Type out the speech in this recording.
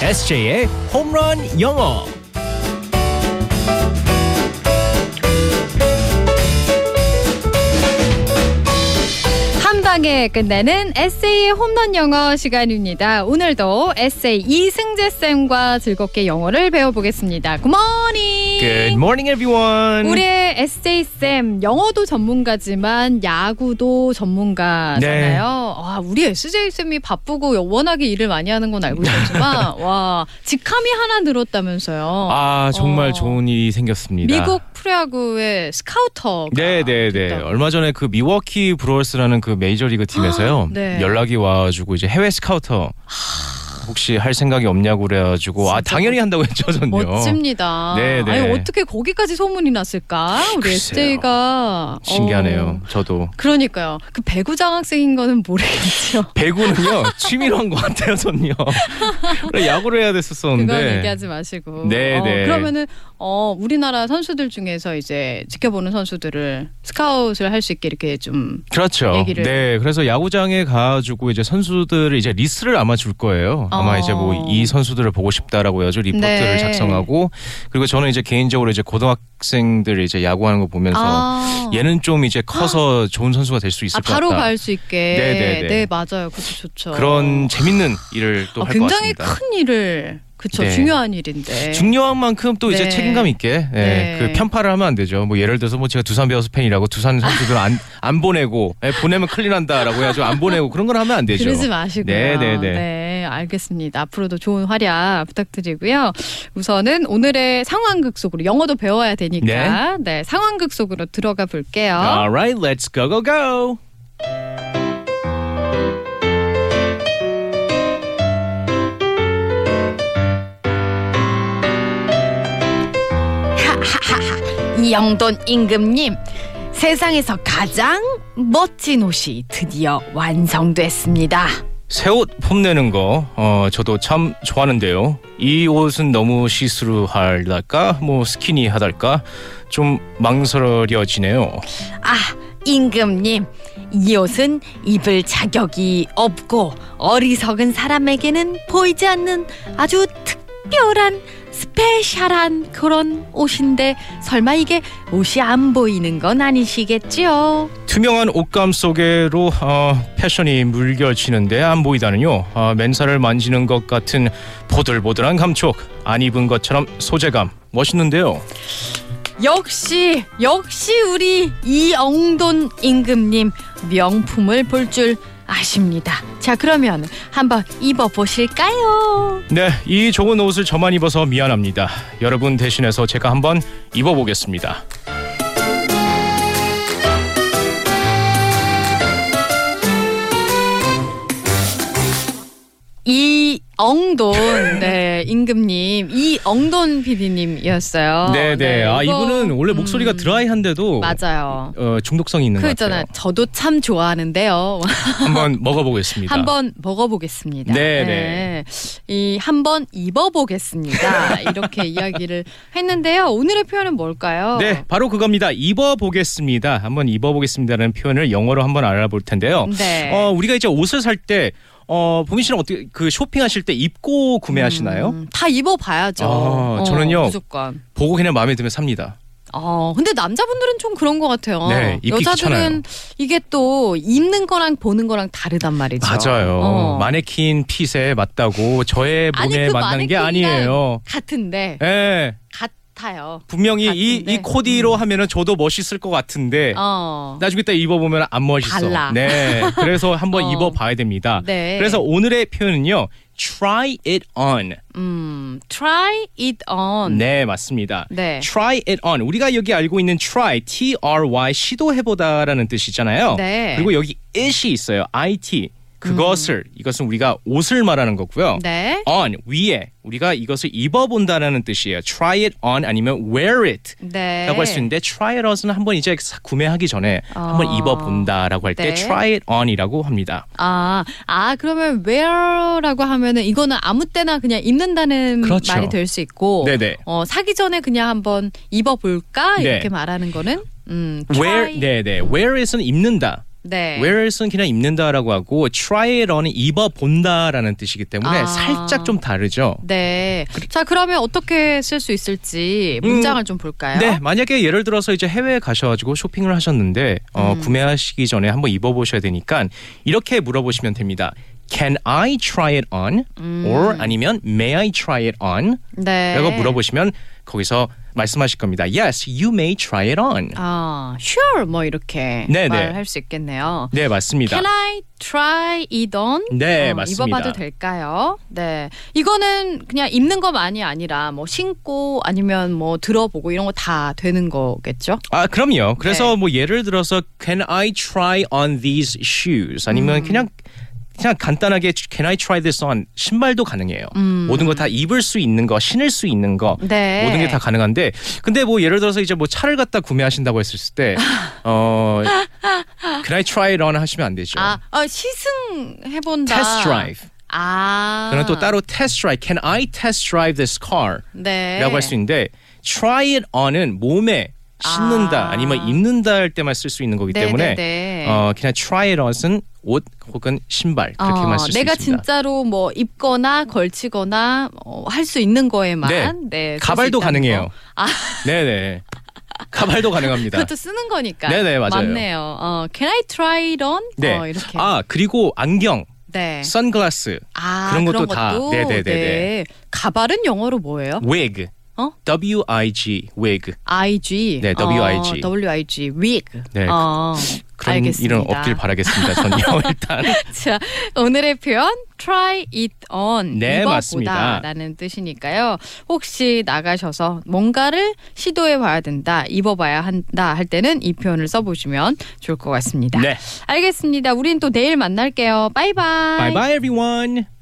SJ의 홈런 영어. 한 방에 끝내는 에세이의 홈런 영어 시간입니다. 오늘도 에세이 이승재 쌤과 즐겁게 영어를 배워보겠습니다. 굿모닝. Good morning, everyone. 우리의 에세이 쌤 영어도 전문가지만 야구도 전문가잖아요. 네. 와, 우리 에세이 쌤이 바쁘고 워낙에 일을 많이 하는 건 알고 있었지만 와 직함이 하나 늘었다면서요. 아 정말 어. 좋은 일이 생겼습니다. 미국 아, 프로야구의 스카우터가 네네네. 됐다고. 얼마 전에 그 미워키 브루어스라는 그 메이저리그 팀에서요. 네. 연락이 와가지고 이제 해외 스카우터 혹시 할 생각이 없냐고 그래가지고 아 진짜 당연히 한다고 했죠 전요. 멋집니다. 네, 네. 아니 어떻게 거기까지 소문이 났을까? 우리 글쎄요. SJ가 어. 신기하네요. 저도 그러니까요. 그 배구 장학생인 거는 모르겠죠. 배구는요 취미로 한 것 같아요 전요. 원래 야구를 해야 됐었었는데. 그건 얘기하지 마시고. 네, 어, 네. 그러면은 어 우리나라 선수들 중에서 이제 지켜보는 선수들을 스카웃을 할 수 있게 이렇게 좀 그렇죠. 얘기를. 네, 그래서 야구장에 가가지고 이제 선수들을 이제 리스트를 아마 줄 거예요. 아마 어. 이제 뭐 이 선수들을 보고 싶다라고 해가지고 리포트를 네. 작성하고 그리고 저는 이제 개인적으로 이제 고등학생들 이제 야구하는 거 보면서 아. 얘는 좀 이제 커서 좋은 선수가 될 수 있을 아, 것 같다. 바로 갈 수 있게. 네, 네, 네. 맞아요. 그것도 좋죠. 그런 재밌는 일을 또 아, 할 것 굉장히 같습니다. 큰 일을 그쵸 네. 중요한 일인데. 중요한 만큼 또 이제 네. 책임감 있게 예, 네. 그 편파를 하면 안 되죠. 뭐 예를 들어서 뭐 제가 두산 베어스 팬이라고 두산 선수들 안안 보내고 예, 보내면 클린한다라고 해가지고 안 보내고 그런 건 하면 안 되죠. 그러지 마시고요. 네, 네, 네. 네, 알겠습니다. 앞으로도 좋은 활약 부탁드리고요. 우선은 오늘의 상황극 속으로 영어도 배워야 되니까 네, 아. 상황극 속으로 들어가 볼게요. All right, let's go go go. 이영돈 임금님, 세상에서 가장 멋진 옷이 드디어 완성됐습니다. 새 옷 폼내는 거, 어, 저도 참 좋아하는데요. 이 옷은 너무 시스루하달까, 뭐 스키니하달까, 좀 망설여지네요. 아, 임금님, 이 옷은 입을 자격이 없고 어리석은 사람에게는 보이지 않는 아주 특별한 스페셜한 그런 옷인데 설마 이게 옷이 안 보이는 건 아니시겠지요? 투명한 옷감 속에로 어, 패션이 물결치는데 안 보이다는요. 아, 맨살을 만지는 것 같은 보들보들한 감촉, 안 입은 것처럼 소재감, 멋있는데요. 역시 역시 우리 이엉돈 임금님 명품을 볼 줄 아십니다. 자 그러면 한번 입어 보실까요? 네, 이 좋은 옷을 저만 입어서 미안합니다. 여러분 대신해서 제가 한번 입어보겠습니다. 이 엉돈, 네, 임금님, 이 엉돈 PD님이었어요. 네네. 아 이분은 원래 목소리가 드라이한데도 음. 맞아요. 어, 중독성이 있는 그 것 있잖아요. 같아요. 저도 참 좋아하는데요. 한번 먹어보겠습니다. 한번 먹어보겠습니다. 네, 이 한번 입어보겠습니다. 이렇게 이야기를 했는데요. 오늘의 표현은 뭘까요? 네, 바로 그겁니다. 입어보겠습니다. 한번 입어보겠습니다라는 표현을 영어로 한번 알아볼 텐데요. 네. 어, 우리가 이제 옷을 살 때, 어, 보민 씨는 어떻게 그 쇼핑하실 때 입고 구매하시나요? 음, 다 입어봐야죠. 아, 저는요. 무조건. 보고 그냥 마음에 들면 삽니다. 어, 근데 남자분들은 좀 그런 것 같아요. 네, 입기 여자들은 귀찮아요. 이게 또 입는 거랑 보는 거랑 다르단 말이죠. 맞아요. 어. 마네킹 핏에 맞다고 저의 아니, 몸에 그 맞는 게 마네킹이랑 아니에요. 같은데 예. 같아요. 분명히 이, 이 같은데. 음. 코디로 하면은 저도 멋있을 것 같은데 어. 나중에 딱 입어보면 안 멋있어. 달라. 네. 그래서 한번 어. 입어봐야 됩니다. 네. 그래서 오늘의 표현은요. Try it on. 음, try it on. 네, 맞습니다. 음. 네. Try it on. 우리가 여기 알고 있는 try, T-R-Y, 시도해보다라는 뜻이잖아요. 네. 그리고 여기 it이 있어요. I-T. 그것을, 이것은 우리가 옷을 말하는 거고요. 음. 네. on, 위에. 우리가 이것을 입어본다라는 뜻이에요. try it on 아니면 wear it. 네. 라고 할 수 있는데 try it on은 한번 이제 사- 구매하기 전에 한번 아. 입어본다라고 할 때 네. try it on이라고 합니다. 아, 아 그러면 where라고 하면은 이거는 아무 때나 그냥 입는다는 그렇죠. 말이 될 수 있고, 네네. 어 사기 전에 그냥 한번 입어볼까 네. 이렇게 말하는 거는 음, wear 네. try. 음. 네네 wear it은 입는다. 네. wear은 그냥 입는다라고 하고 try it on은 입어본다라는 뜻이기 때문에 아. 살짝 좀 다르죠. 네. 자, 그러면 어떻게 쓸 수 있을지 문장을 좀 볼까요? 네, 만약에 예를 들어서 이제 해외에 가셔가지고 쇼핑을 하셨는데 어, 음. 구매하시기 전에 한번 입어보셔야 되니까 이렇게 물어보시면 됩니다. Can I try it on? 음. or 아니면 May I try it on? 네. 라고 물어보시면 거기서 말씀하실 겁니다. Yes, you may try it on. 아, sure 뭐 이렇게 네, 네. 말할 수 있겠네요. 네, 맞습니다. Can I try it on? 네, 어, 맞습니다. 입어봐도 될까요? 네, 이거는 그냥 입는 것만이 아니라 뭐 신고 아니면 뭐 들어보고 이런 거 다 되는 거겠죠? 아, 그럼요. 그래서 네. 뭐 예를 들어서 can I try on these shoes 음. 아니면 그냥 그냥 간단하게 can I try this on 신발도 가능해요. 모든 거 다 입을 수 있는 거, 신을 수 있는 거 음. 네. 모든 게 다 가능한데 근데 뭐 예를 들어서 이제 뭐 차를 갖다 구매하신다고 했을 때 어, can I try it on 하시면 안 되죠. 아, 어, 시승해본다. test drive. 아. 그는 또 따로 test drive. Can I test drive this car? 네. 라고 할 수 있는데 try it on은 몸에 신는다 아. 아. 니면 입는다 할 때만 쓸 수 있는 거기 네, 때문에 네, 네. 어 그냥 try it on은 옷 혹은 신발 그렇게만 어, 쓸 수 내가 있습니다. 진짜로 뭐 입거나 걸치거나 어, 할 수 있는 거에만 네. 네, 쓸수 가발도 있다는 거. 가능해요. 아. 네네. 가발도 가능합니다. 그것도 쓰는 거니까. 네네, 맞아요. 맞네요. 어, can I try it on? 네. 어, 이렇게. 아 그리고 안경, 네. 선글라스, 아, 그런 것도 다. 네네네네. 네. 네. 가발은 영어로 뭐예요? wig, 어? W I G wig IG. 네, WIG. 어, WIG. wig. 네, 어, 그런 알겠습니다. 일은 없길 바라겠습니다. 전요 일단 네. 자, 오늘의 표현 try it on 네, 맞습니다. 입어보다라는 뜻이니까요. 혹시 나가셔서 뭔가를 시도해 봐야 된다, 입어봐야 한다 할 때는 이 표현을 써보시면 좋을 것 같습니다. 네. 알겠습니다. 우린 또 내일 만날게요. 바이바이. Bye bye everyone.